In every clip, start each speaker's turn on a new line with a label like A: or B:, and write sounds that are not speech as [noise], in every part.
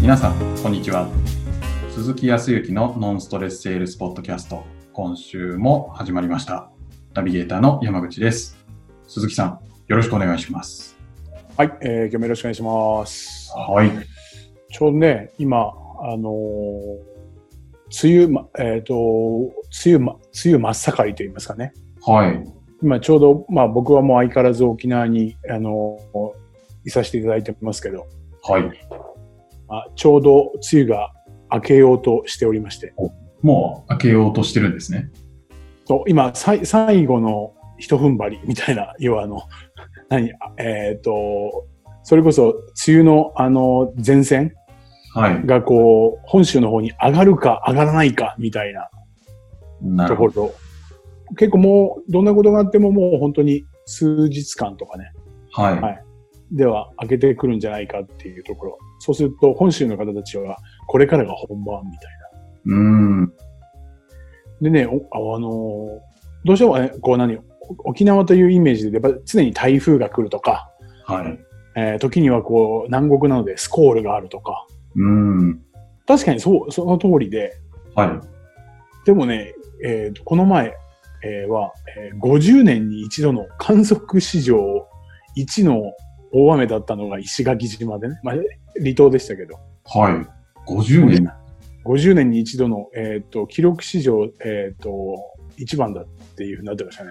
A: 皆さんこんにちは鈴木康之のノンストレスセールスポッドキャスト今週も始まりましたナビゲーターの山口です鈴木さんよろしくお願いします
B: はい、えー、今日もよろしくお願いします。
A: はい
B: ちょうどね、今、あのー梅雨、ま、えっ、と、梅雨、ま、梅雨真っ盛りと言いますかね。
A: はい
B: 今ちょうど、まあ僕はもう相変わらず沖縄に、あのーいさせていただいてますけど、
A: はい
B: まあ、ちょうど梅雨が明けようとしておりまして、
A: もう開けようとしてるんですね
B: と今さい、最後の一踏ん張りみたいな、 [laughs] 要はあの、何、えっ、と、それこそ梅雨のあの前線
A: はい
B: がこう、本州の方に上がるか上がらないかみたいな
A: なる
B: とこ
A: ほど
B: ろ。結構もう、どんなことがあってももう本当に数日間とかね、
A: はい、
B: はいでは開けてくるんじゃないかっていうところ。そうすると本州の方たちは、これからが本番みたい
A: ー
B: う
A: ん
B: な。でね、おあのーどうしてもね、こう何、お沖縄というイメージで、やっぱ常に台風が来るとか、
A: はい
B: えー時にはこう、南国なのでスコールがあるとか、
A: うーん
B: 確かにそう、その通りで、
A: はい
B: でもね、えーとこの前、えーは、えー50年に一度の観測史上1の大雨だったのが石垣島でね、まあ、離島でしたけど、
A: はい50年
B: 50年に一度の、えー、と記録史上、えー、と1番だっていうふうになってましたね。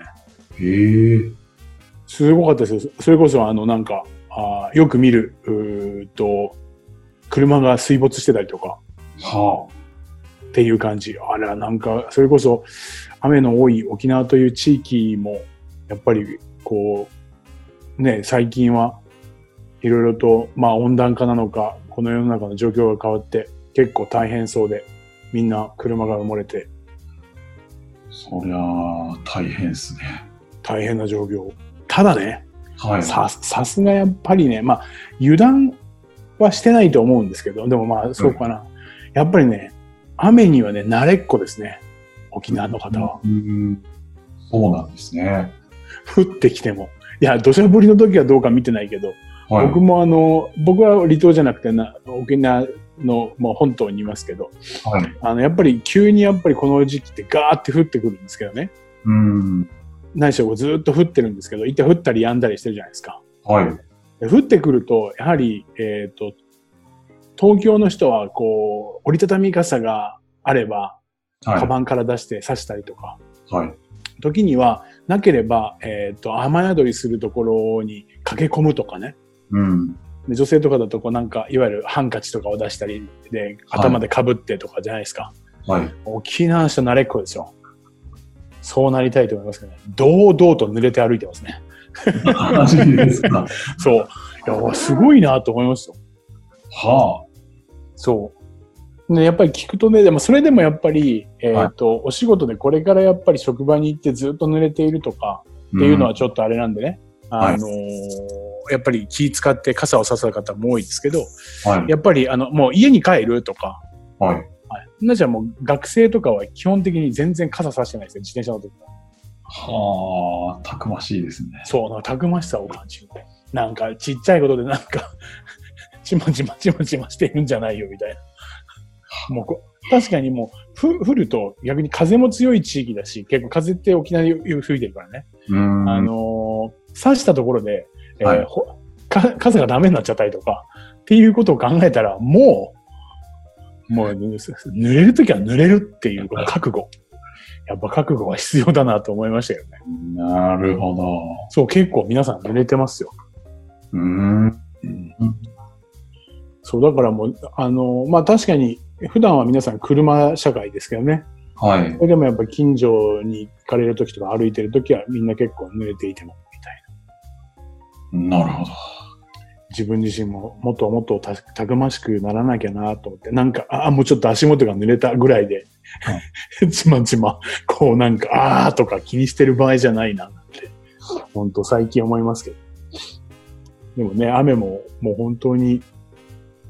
A: へえ
B: すごかったですよ。それこそ、あの、なんか、あーよく見る、うーっと、車が水没してたりとか、
A: は
B: っていう感じ。あら、なんか、それこそ雨の多い沖縄という地域も、やっぱり、こう、ね、最近はいろいろと、まあ温暖化なのか、この世の中の状況が変わって、結構大変そうで、みんな車が埋もれて、
A: あそりゃあ大変ですね
B: 大変な状況。ただね、
A: はい
B: さ、さすがやっぱりね、まあ、油断はしてないと思うんですけど、でもまあ、そうかな。やっぱりね、雨にはね、慣れっこですね。沖縄の方は。
A: うーんそうなんですね
B: 降ってきても。いや、土砂降りの時はどうか見てないけど、
A: はい
B: 僕もあの、僕は離島じゃなくてな、沖縄のもう本島にいますけど、
A: はい
B: あの、やっぱり急にやっぱりこの時期ってガーって降ってくるんですけどね。
A: うーん。
B: 何しろこうずーっと降ってるんですけど、一旦降ったり止んだりしてるじゃないですか。
A: はい。
B: で降ってくると、やはり、えっ、と、東京の人はこう、折りたたみ傘があれば、
A: は
B: カ
A: い。
B: バンから出して差したりとか、
A: はい。
B: 時にはなければ、えっ、と、雨宿りするところに駆け込むとかね。
A: うん。
B: で女性とかだとこうなんかいわゆるハンカチとかを出したりで頭でかぶってとかじゃないですか、
A: はい。
B: 沖縄の人慣れっこですよそうなりたいと思いますけどね堂々と濡れて歩いてますね
A: マジですか。
B: [laughs] そういやすごいなと思いますよ
A: は
B: そうねやっぱり聞くとねでもそれでもやっぱり、えーとお仕事でこれからやっぱり職場に行ってずっと濡れているとか
A: あ。
B: っていうのはちょっとあれなんでね、
A: はい
B: あのーやっぱり気使って傘をささる方も多いですけど
A: うん。はい。
B: やっぱりあのもう家に帰るとか
A: はい。
B: はい。なじゃもう学生とかは基本的に全然傘さしてないですよ、自転車の時は。
A: はあ。たくましいですね。
B: そう、なんかたくましさを感じる。なんかちっちゃいことでなんか、 [laughs] ちまちまちまちましてるんじゃないよみたいな。もうこ確かにもうふ、降ると逆に風も強い地域だし、結構風って沖縄に吹いてるからね。
A: うーん。
B: あのー、刺したところで、えー
A: はい
B: ほか傘がダメになっちゃったりとか、っていうことを考えたら、もう、もう、濡れるときは濡れるっていう覚悟。やっぱ覚悟は必要だなと思いましたよね。
A: なるほど。
B: そう、結構皆さん濡れてますよ。
A: うーん。
B: そう、だからもう、あのー、まあ確かに、普段は皆さん車社会ですけどね。
A: はい
B: そ。れでもやっぱ近所に行かれるときとか歩いてるときはみんな結構濡れていても、みたいな。
A: なるほど。
B: 自分自身ももっともっとたたくましくならなきゃなと思って、なんか、ああ、もうちょっと足元が濡れたぐらいで、 [laughs] ちまちま、こうなんか、ああとか気にしてる場合じゃないなって、本当最近思いますけど。でもね、雨ももう本当に、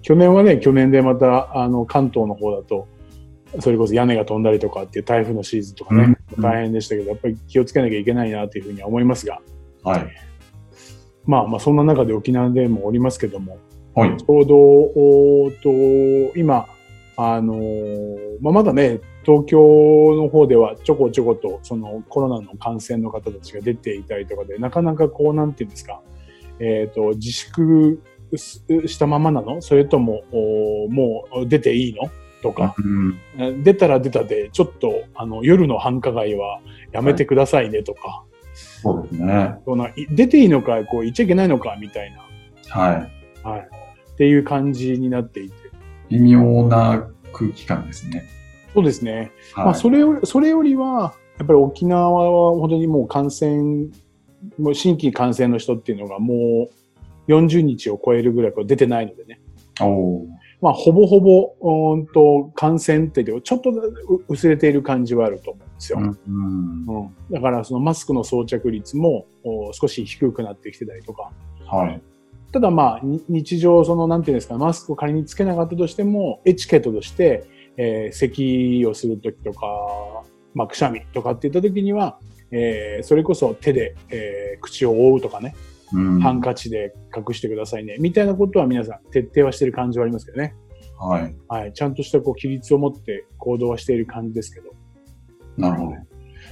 B: 去年はね、去年でまた、あの、関東の方だと、それこそ屋根が飛んだりとかっていう台風のシーズンとかね、
A: うん
B: 大変でしたけど、やっぱり気をつけなきゃいけないなというふうには思いますが、
A: はい。
B: まあまあそんな中で沖縄でもおりますけども、
A: はい。
B: ちょうど、おーっと、今、あのーまあ、まだね、東京の方ではちょこちょこと、そのコロナの感染の方たちが出ていたりとかで、なかなかこう、なんていうんですか、えっ、と、自粛すしたままなのそれとも、おーもう出ていいのとか、
A: うん。
B: 出たら出たで、ちょっと、あの、夜の繁華街はやめてくださいねとか、
A: そうですね。
B: そんない出ていいのか、こう、行っちゃいけないのか、みたいな、
A: は
B: はい、っていう感じになっていて。
A: い。微妙な空気感ですね。
B: そうですね。
A: はい。
B: まあ、それより、それよりは、やっぱり沖縄は本当にもう感染、もう新規感染の人っていうのがもう40日を超えるぐらいこう出てないのでね。
A: おー
B: まあ、ほぼほぼ、うーんと、感染っていうよりちょっとう薄れている感じはあると思うんですよ。
A: うんうん。
B: うんだから、そのマスクの装着率もお少し低くなってきてたりとか、
A: はい。
B: ただまあ、に日常、その、なんていうんですか、マスクを仮につけなかったとしても、エチケットとして、えー、咳をするときとか、まあ、くしゃみとかって言ったときには、えー、それこそ手で、えー、口を覆うとかね、
A: うん。
B: ハンカチで隠してくださいね、みたいなことは皆さん徹底はしてる感じはありますけどね。
A: はい。
B: はい。ちゃんとしたこう、規律を持って行動はしている感じですけど。
A: なるほど。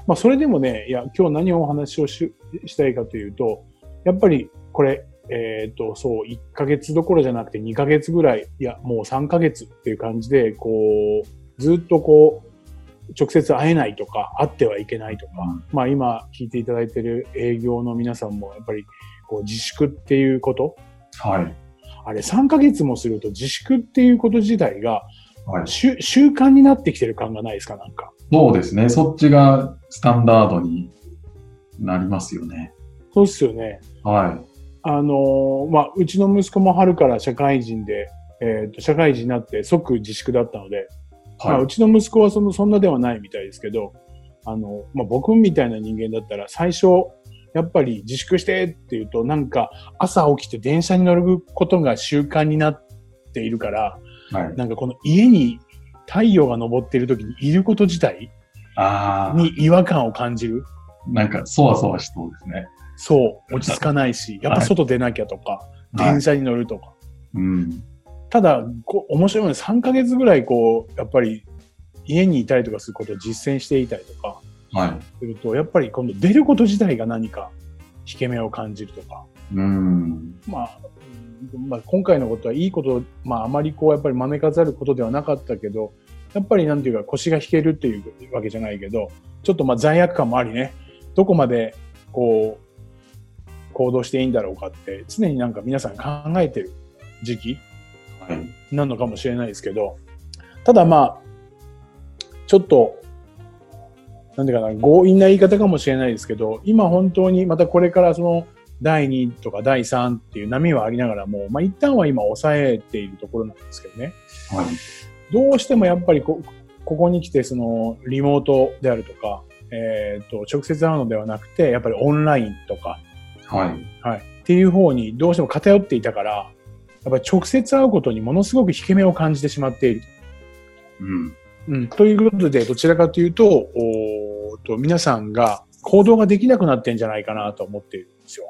B: まあ、それでもね、いや、今日何をお話をししたいかというと、やっぱりこれ、えっ、と、そう、1ヶ月どころじゃなくて2ヶ月ぐらい、いや、もう3ヶ月っていう感じで、こう、ずっとこう、直接会えないとか、会ってはいけないとか、まあ今聞いていただいている営業の皆さんも、やっぱりこう自粛っていうこと、
A: はい。
B: あれ3ヶ月もすると自粛っていうこと自体が
A: はい。
B: 習習慣になってきてる感がないですか、なんか。
A: そうですね。そっちがスタンダードになりますよね。
B: そうですよね。
A: は
B: あのまあ、うちの息子も春から社会人で、えー、と社会人になって即自粛だったので、
A: い。
B: まあ、
A: は
B: うちの息子はそのそんなではないみたいですけどあの、まあ、僕みたいな人間だったら最初やっぱり自粛してっていうとなんか朝起きて電車に乗ることが習慣になっているから
A: い。はい。
B: なんかこの家に太陽が昇っている時にいること自体
A: ああ、
B: に違和感を感じる
A: なんか、そわそわしそうですね。
B: そう落ち着かないしやっぱ外出なきゃとか、
A: はい
B: 電。車に乗るとか。
A: うん。
B: ただこう面白いのは3ヶ月ぐらいこうやっぱり家にいたりとかすることを実践していたりとか
A: は
B: するとやっぱり今度出ること自体が何か引け目を感じるとか、
A: い。うん。
B: まあうんまあ、今回のことはいいこと、まあ、あまりこうやっぱりまめ飾ることではなかったけどやっぱりなんていうか腰が引けるっていうわけじゃないけどちょっとまあ罪悪感もありねどこまでこう行動していいんだろうかって常になんか皆さん考えてる時期
A: はい。
B: なのかもしれないですけど、ただまあ、ちょっと、なんていうかな、強引な言い方かもしれないですけど、今本当にまたこれからその第2とか第3っていう波はありながらも、まあ一旦は今抑えているところなんですけどね、
A: はい。
B: どうしてもやっぱりこここに来てそのリモートであるとか、えっ、と、直接会うのではなくて、やっぱりオンラインとか、
A: はい。
B: はい、っていう方にどうしても偏っていたから、やっぱり直接会うことにものすごく引け目を感じてしまっている。
A: うん。
B: うん、ということで、どちらかというと、おーと皆さんが行動ができなくなってんじゃないかなと思っているんですよ。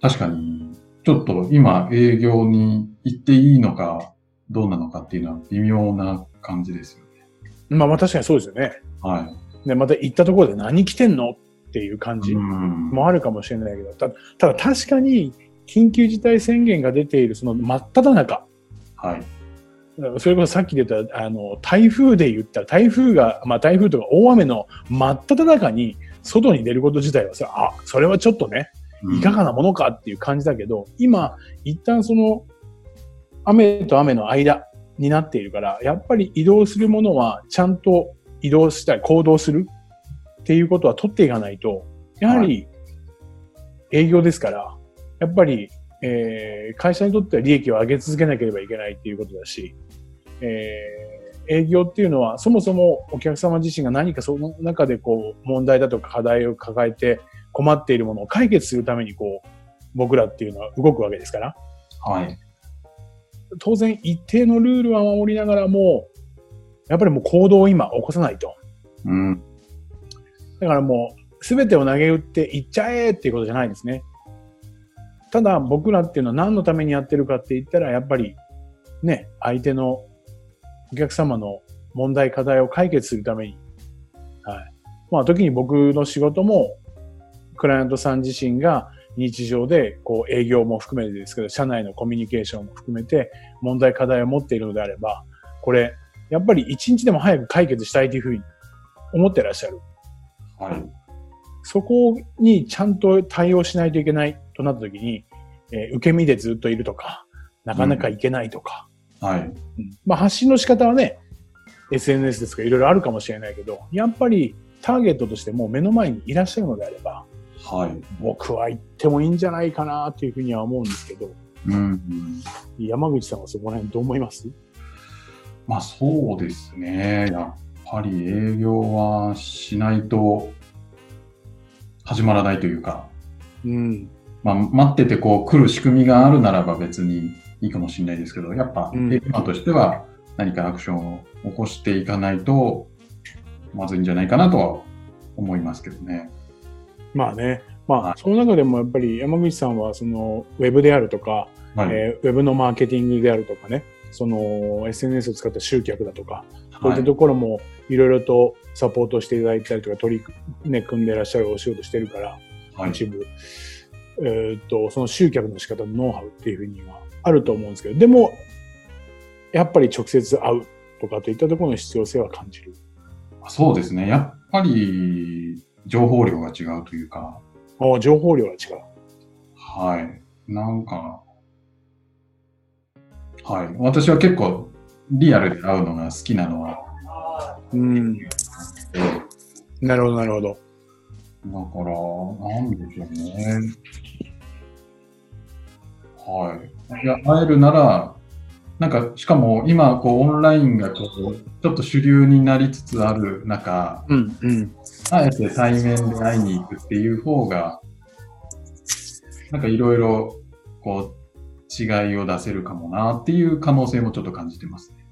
A: 確かに、ちょっと今営業に行っていいのか、どうなのかっていうのは微妙な感じですよね。
B: まあまあ確かにそうですよね。
A: は
B: で、また行ったところで何着てんのっていう感
A: い。
B: じ
A: うん。
B: もあるかもしれないけど、たただ確かに緊急事態宣言が出ているその真っ只中、
A: はい。
B: それこそさっきで言った、あの、台風で言ったら、台風が、まあ台風とか大雨の真っ只中に、外に出ること自体はさ、あ、それはちょっとね、いかがなものかっていう感じだけど、今、一旦その、雨と雨の間になっているから、やっぱり移動するものは、ちゃんと移動したい、行動するっていうことは取っていかないと、やは
A: は
B: り、営業ですから、やっぱり、えー会社にとっては利益を上げ続けなければいけないっていうことだし、えー営業っていうのはそもそもお客様自身が何かその中でこう問題だとか課題を抱えて困っているものを解決するためにこう僕らっていうのは動くわけですから
A: はい。
B: 当然一定のルールは守りながらもやっぱりもう行動を今起こさないと
A: うん。
B: だからもう全てを投げ打って行っちゃえっていうことじゃないんですねただ僕らっていうのは何のためにやってるかって言ったら、やっぱりね、相手のお客様の問題課題を解決するために、はい。まあ時に僕の仕事も、クライアントさん自身が日常で、こう営業も含めてですけど、社内のコミュニケーションも含めて問題課題を持っているのであれば、これ、やっぱり一日でも早く解決したいというふうに思ってらっしゃる。
A: はい。
B: そこにちゃんと対応しないといけないとなった時に、えー受け身でずっといるとか、なかなかいけないとか、
A: はい。
B: まあ、発信の仕方はね、SNS ですとかいろいろあるかもしれないけど、やっぱりターゲットとしてもう目の前にいらっしゃるのであれば、
A: はい。
B: 僕は行ってもいいんじゃないかなというふうには思うんですけど、
A: うん。
B: 山口さんはそこら辺どう思います
A: まあそうですね。やっぱり営業はしないと始まらないというか、
B: うん。
A: まあ待っててこう来る仕組みがあるならば別にいいかもしれないですけど、やっぱ
B: うん
A: 営業マンとしては何かアクションを起こしていかないとまずいんじゃないかなとは思いますけどね。
B: まあね、ま
A: は
B: あ、その中でもやっぱり山口さんは、その、ウェブであるとか、
A: はい。
B: えーウェブのマーケティングであるとかね、その SNS を使った集客だとか、こういったところもいろいろとサポートしていただいたりとか、取り、ね、組んでらっしゃるお仕事してるから、
A: はい。
B: 一部、えーっと、その集客の仕方のノウハウっていうふうにはあると思うんですけど、でも、やっぱり直接会うとかといったところの必要性は感じる。
A: そうですね。やっぱり情報量が違うというか、
B: ああ、情報量が違う。
A: はい。なんか、はい。私は結構リアルで会うのが好きなのは、
B: うん。
A: えー
B: なるほど、なるほど。
A: だから、なんでしょうね。はい。いや、会えるなら、なんか、しかも今、こう、オンラインがこう、ちょっと主流になりつつある中、
B: うん、うん。
A: あえて対面で会いに行くっていう方が、なんかいろいろ、こう、違いを出せるかもなっていう可能性もちょっと感じてますね。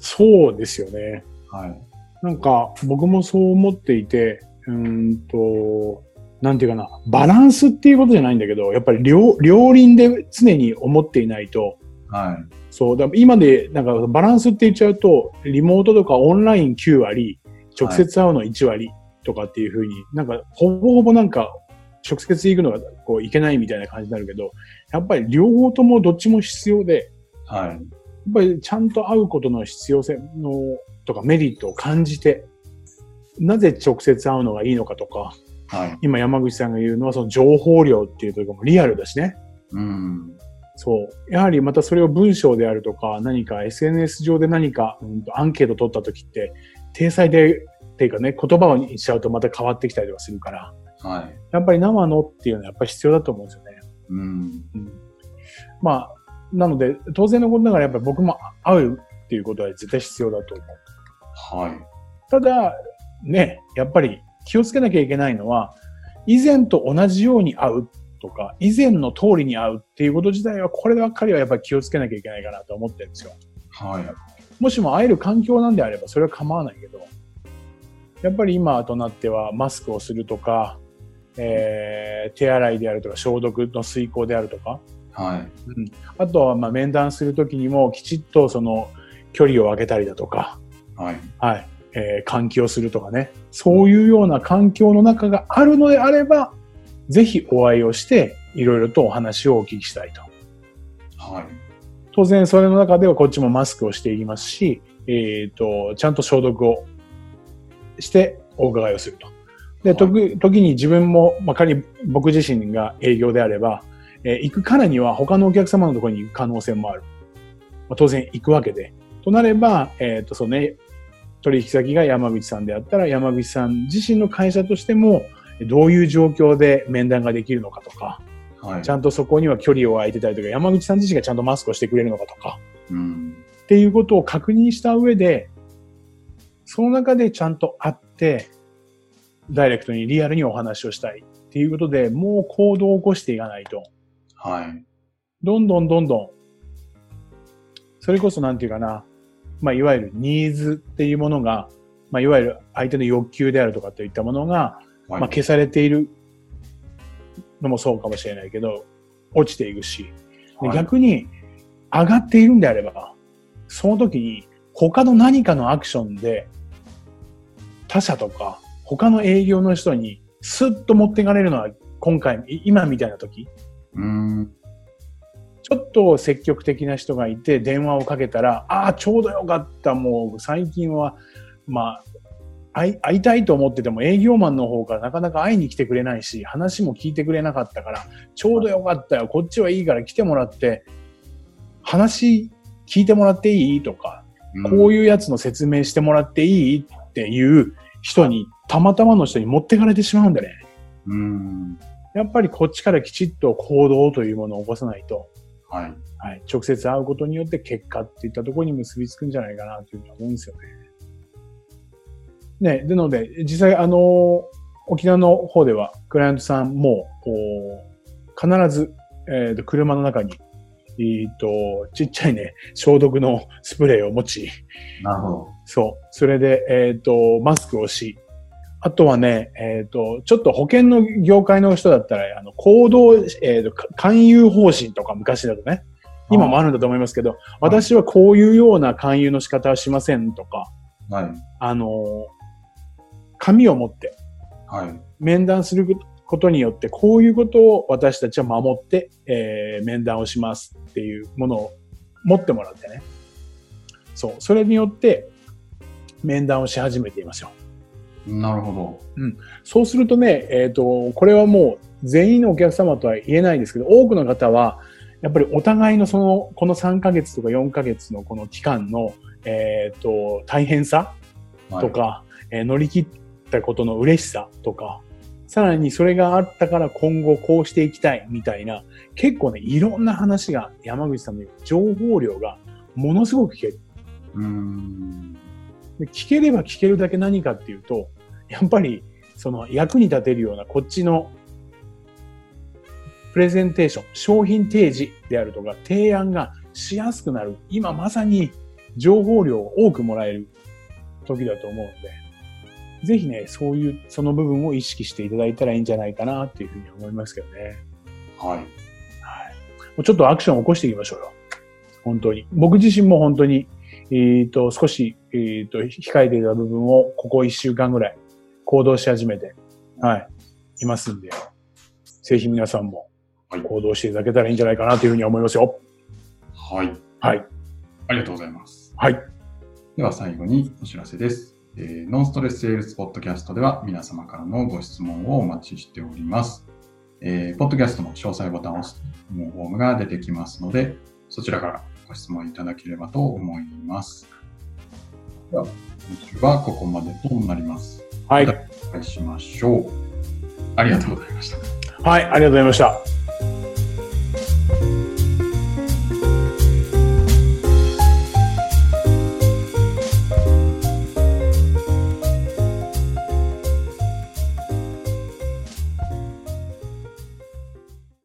B: そうですよね。
A: はい。
B: なんか僕もそう思っていて、うーんと、なんていうかな、バランスっていうことじゃないんだけど、やっぱり両両輪で常に思っていないと、
A: はい。
B: そう、だ今でなんかバランスって言っちゃうと、リモートとかオンライン9割、直接会うの1割とかっていうふうに、なんかほぼほぼなんか直接行くのがこういけないみたいな感じになるけど、やっぱり両方ともどっちも必要で、
A: はい。
B: やっぱりちゃんと会うことの必要性のとかメリットを感じて、なぜ直接会うのがいいのかとか、
A: はい。
B: 今山口さんが言うのはその情報量っていうところもリアルだしね。
A: うん。
B: そう。やはりまたそれを文章であるとか、何か SNS 上で何か、うんとアンケート取った時って、体裁で、っていうかね、言葉にしちゃうとまた変わってきたりとかするから、
A: はい。
B: やっぱり生のっていうのはやっぱり必要だと思うんですよね。
A: うん。
B: まあ、なので、当然のことながらやっぱり僕も会うっていうことは絶対必要だと思う。
A: はい。
B: ただ、ね、やっぱり気をつけなきゃいけないのは、以前と同じように会うとか、以前の通りに会うっていうこと自体は、こればっかりはやっぱり気をつけなきゃいけないかなと思ってるんですよ。
A: はい。
B: もしも会える環境なんであれば、それは構わないけど、やっぱり今となってはマスクをするとか、えー手洗いであるとか、消毒の遂行であるとか、
A: はい。
B: あとはまあ面談するときにもきちっとその距離を空けたりだとか、
A: はい。
B: はい、えー換気をするとかね、そういうような環境の中があるのであれば、ぜひお会いをして、いろいろとお話をお聞きしたいと。
A: はい。
B: 当然、それの中ではこっちもマスクをしていきますし、えっ、と、ちゃんと消毒をしてお伺いをすると。で、とく時に自分も、まあ、仮に僕自身が営業であれば、えー行くからには他のお客様のところに行く可能性もある。まあ、当然行くわけで。となれば、えっ、と、そうね、取引先が山口さんであったら、山口さん自身の会社としても、どういう状況で面談ができるのかとか、
A: はい。
B: ちゃんとそこには距離を空いてたりとか、山口さん自身がちゃんとマスクをしてくれるのかとか、
A: うん。
B: っていうことを確認した上で、その中でちゃんと会って、ダイレクトにリアルにお話をしたいっていうことで、もう行動を起こしていかないと、
A: はい。
B: どんどんどんどん、それこそなんていうかな、まあ、いわゆるニーズっていうものが、まあ、いわゆる相手の欲求であるとかといったものが、
A: はい。
B: まあ、消されているのもそうかもしれないけど、落ちていくし、で
A: はい
B: 逆に上がっているんであれば、その時に他の何かのアクションで他社とか他の営業の人にスッと持っていかれるのは今回、い今みたいな時、
A: うーん。
B: ちょっと積極的な人がいて電話をかけたら、ああ、ちょうどよかった、もう最近は、まあ、会い会いたいと思ってても営業マンの方からなかなか会いに来てくれないし、話も聞いてくれなかったから、ちょうどよかったよ、こっちはいいから来てもらって、話聞いてもらっていいとか、こう
A: い
B: いうやつの説明してもらっていいっていう人に、たまたまの人に持ってかれてしまうんだね。
A: うん。うん。
B: やっぱりこっちからきちっと行動というものを起こさないと、
A: はい。
B: はい、直接会うことによって結果っていったところに結びつくんじゃないかなというふうに思うんですよね。ね、なので、実際、あの、沖縄の方では、クライアントさんも、こう、必ず、えっ、と、車の中に、えっ、と、ちっちゃいね、消毒のスプレーを持ち、
A: なるほど。
B: そう。それで、えっ、と、マスクをし、あとはね、えっ、と、ちょっと保険の業界の人だったら、あの、行動、えっ、と、か勧誘方針とか昔だとね、今もあるんだと思いますけど、私はこういうような勧誘の仕方はしませんとか、
A: はい。
B: あの、紙を持って
A: はい。
B: 面談することによって、こういうことを私たちは守って、えー面談をしますっていうものを持ってもらってね。そう。それによって、面談をし始めていますよ。
A: なるほ
B: そうするとね、えっ、と、これはもう全員のお客様とは言えないですけど、多くの方は、やっぱりお互いのその、この3ヶ月とか4ヶ月のこの期間の、えっ、と、大変さ
A: ど。はい
B: と。か、えー乗り切ったことの嬉しさとか、さらにそれがあったから今後こうしていきたいみたいな、結構ね、いろんな話が山口さんの言う情報量がものすごく聞ける。
A: うーん。
B: で聞ければ聞けるだけ何かっていうと、やっぱりその役に立てるようなこっちのプレゼンテーション、商品提示であるとか提案がしやすくなる。今まさに情報量を多くもらえる時だと思うので、ぜひね、そういう、その部分を意識していただいたらいいんじゃないかなっていうふうに思いますけどね。
A: はい。
B: はい。もうちょっとアクションを起こしていきましょうよ。本当に。僕自身も本当に、えっ、と、少し、えっ、と、控えていた部分を、ここ1週間ぐらい、行動し始めて、はい、いますんで、ぜひ皆さんも
A: はい、
B: 行動していただけたらいいんじゃないかなというふうに思いますよ。
A: はい。
B: はい。
A: ありがとうございます。
B: はい。
A: では最後にお知らせです。えーノンストレスセールスポッドキャストでは皆様からのご質問をお待ちしております。えーポッドキャストの詳細ボタンを押すともうフォームが出てきますので、そちらからご質問いただければと思います。では、今週はここまでとなります。
B: はい。
A: お会いしましょう。ありがとうございました。
B: はい、ありがとうございました。